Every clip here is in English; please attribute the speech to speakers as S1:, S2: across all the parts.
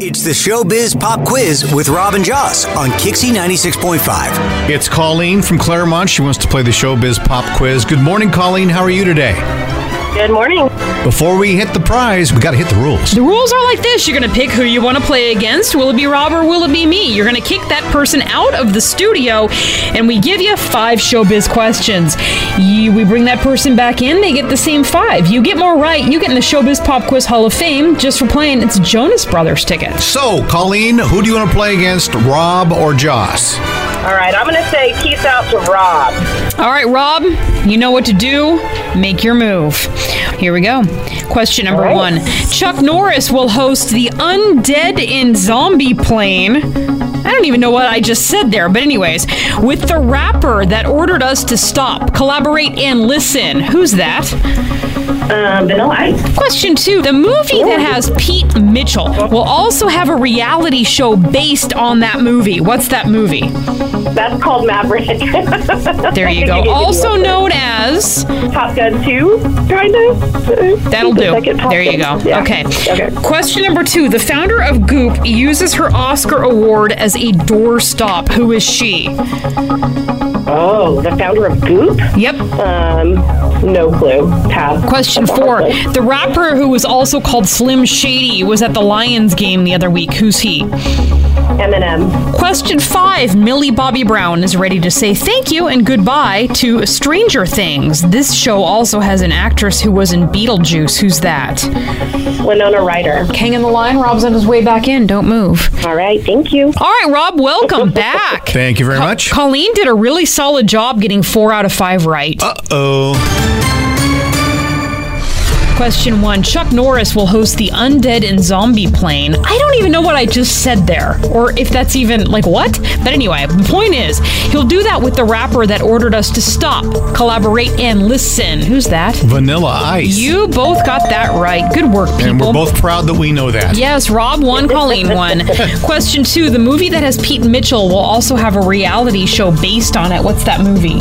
S1: It's the Showbiz Pop Quiz with Robin Joss on Kixie 96.5.
S2: It's Colleen from Claremont. She wants to play the Showbiz Pop Quiz. Good morning, Colleen. How are you today?
S3: Good morning.
S2: Before we hit the prize, we got to hit the rules.
S4: The rules are like this. You're going to pick who you want to play against. Will it be Rob or will it be me? You're going to kick that person out of the studio, and we give you five showbiz questions. You, we bring that person back in, they get the same five. You get more right, you get in the Showbiz Pop Quiz Hall of Fame just for playing. It's Jonas Brothers tickets.
S2: So, Colleen, who do you want to play against, Rob or Joss?
S3: All right, I'm going to say peace out to Rob.
S4: All right, Rob, you know what to do. Make your move. Here we go. Question number
S3: All
S4: one
S3: right.
S4: Chuck Norris will host the Undead in Zombie Plane. I don't even know what I just said there, but, anyways, with the rapper that ordered us to stop, collaborate, and listen. Who's that?
S3: Um, Vanilla Ice. Oh.
S4: Question two The movie that has Pete Mitchell will also have a reality show based on that movie. What's that movie?
S3: That's called Maverick.
S4: There you go. Also known as.
S3: Top Gun 2, kind of.
S4: That'll do.
S3: Second Top
S4: There you go.
S3: Gun. Yeah.
S4: Okay.
S3: Okay.
S4: Question number two. The founder of Goop uses her Oscar award as a doorstop. Who is she?
S3: Oh, the founder of Goop?
S4: Yep.
S3: Um, no clue. Pass.
S4: Question four. The rapper who was also called Slim Shady was at the Lions game the other week. Who's he?
S3: Eminem.
S4: Question five. Millie Bobby Brown is ready to say thank you and goodbye to Stranger Things. This show also has an actress who was in Beetlejuice. Who's that?
S3: Winona Ryder.
S4: Hang in the line. Rob's on his way back in. Don't move.
S3: All right, thank you.
S4: All right, Rob, welcome back.
S2: Thank you very much.
S4: Colleen did a really solid job getting four out of five right.
S2: Uh-oh.
S4: Question one Chuck Norris will host the Undead and Zombie Plane. I don't even know what I just said there, or if that's even like what? But anyway, the point is, he'll do that with the rapper that ordered us to stop, collaborate, and listen. Who's that?
S2: Vanilla Ice.
S4: You both got that right. Good work, people.
S2: and we're both proud that we know that.
S4: Yes, Rob won, Colleen won. Question two The movie that has Pete Mitchell will also have a reality show based on it. What's that movie?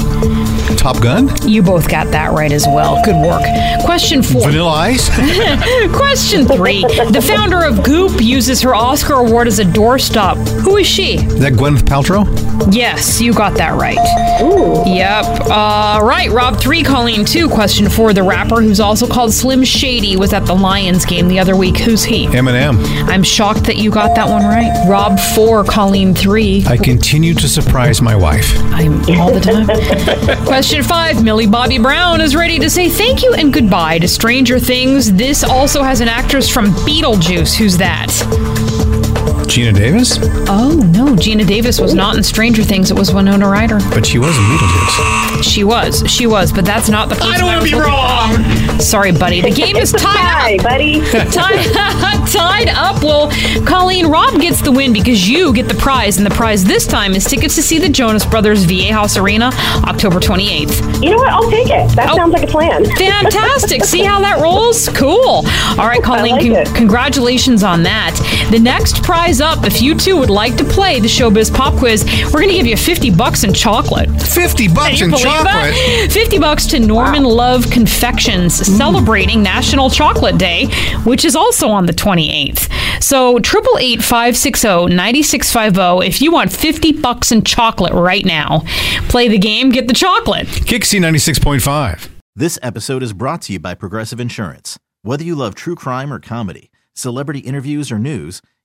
S2: Top Gun?
S4: You both got that right as well. Good work. Question four.
S2: Vanilla Ice?
S4: Question three. The founder of Goop uses her Oscar award as a doorstop. Who is she?
S2: Is that Gwyneth Paltrow?
S4: Yes, you got that right. Yep. All right, Rob three, Colleen two. Question four. The rapper who's also called Slim Shady was at the Lions game the other week. Who's he?
S2: Eminem.
S4: I'm shocked that you got that one right. Rob four, Colleen three.
S2: I continue to surprise my wife.
S4: I'm all the time. Question five Millie Bobby Brown is ready to say thank you and goodbye to Stranger Things. This also has an actress from Beetlejuice. Who's that?
S2: Gina Davis?
S4: Oh, no. Gina Davis was not in Stranger Things. It was Winona Ryder.
S2: But she was in Beetlejuice.
S4: She was. She was, but that's not the person. I don't want to be wrong. Sorry, buddy. The game is tied
S3: Hi,
S4: up.
S3: buddy.
S4: Tied, tied up. Well, Colleen Rob gets the win because you get the prize, and the prize this time is tickets to see the Jonas Brothers VA House Arena October 28th.
S3: you know what? I'll take it. That
S4: Oh.
S3: sounds like a plan.
S4: Fantastic. See how that rolls? Cool. All right, Colleen,
S3: like
S4: con-
S3: it.
S4: congratulations on that. The next prize up, if you two would like to play the Showbiz Pop Quiz, we're going to give you 50 bucks in chocolate.
S2: 50 bucks
S4: Can
S2: in
S4: you believe
S2: chocolate. Mm.
S4: that? 50 bucks to Norman Love Confections celebrating National Chocolate Day, which is also on the 28th. So 888-560-9650 oh, if you want 50 bucks in chocolate right now. Play the game, get the chocolate.
S2: Kixie 96.5.
S5: This episode is brought to you by Progressive Insurance. Whether you love true crime or comedy, celebrity interviews, or news,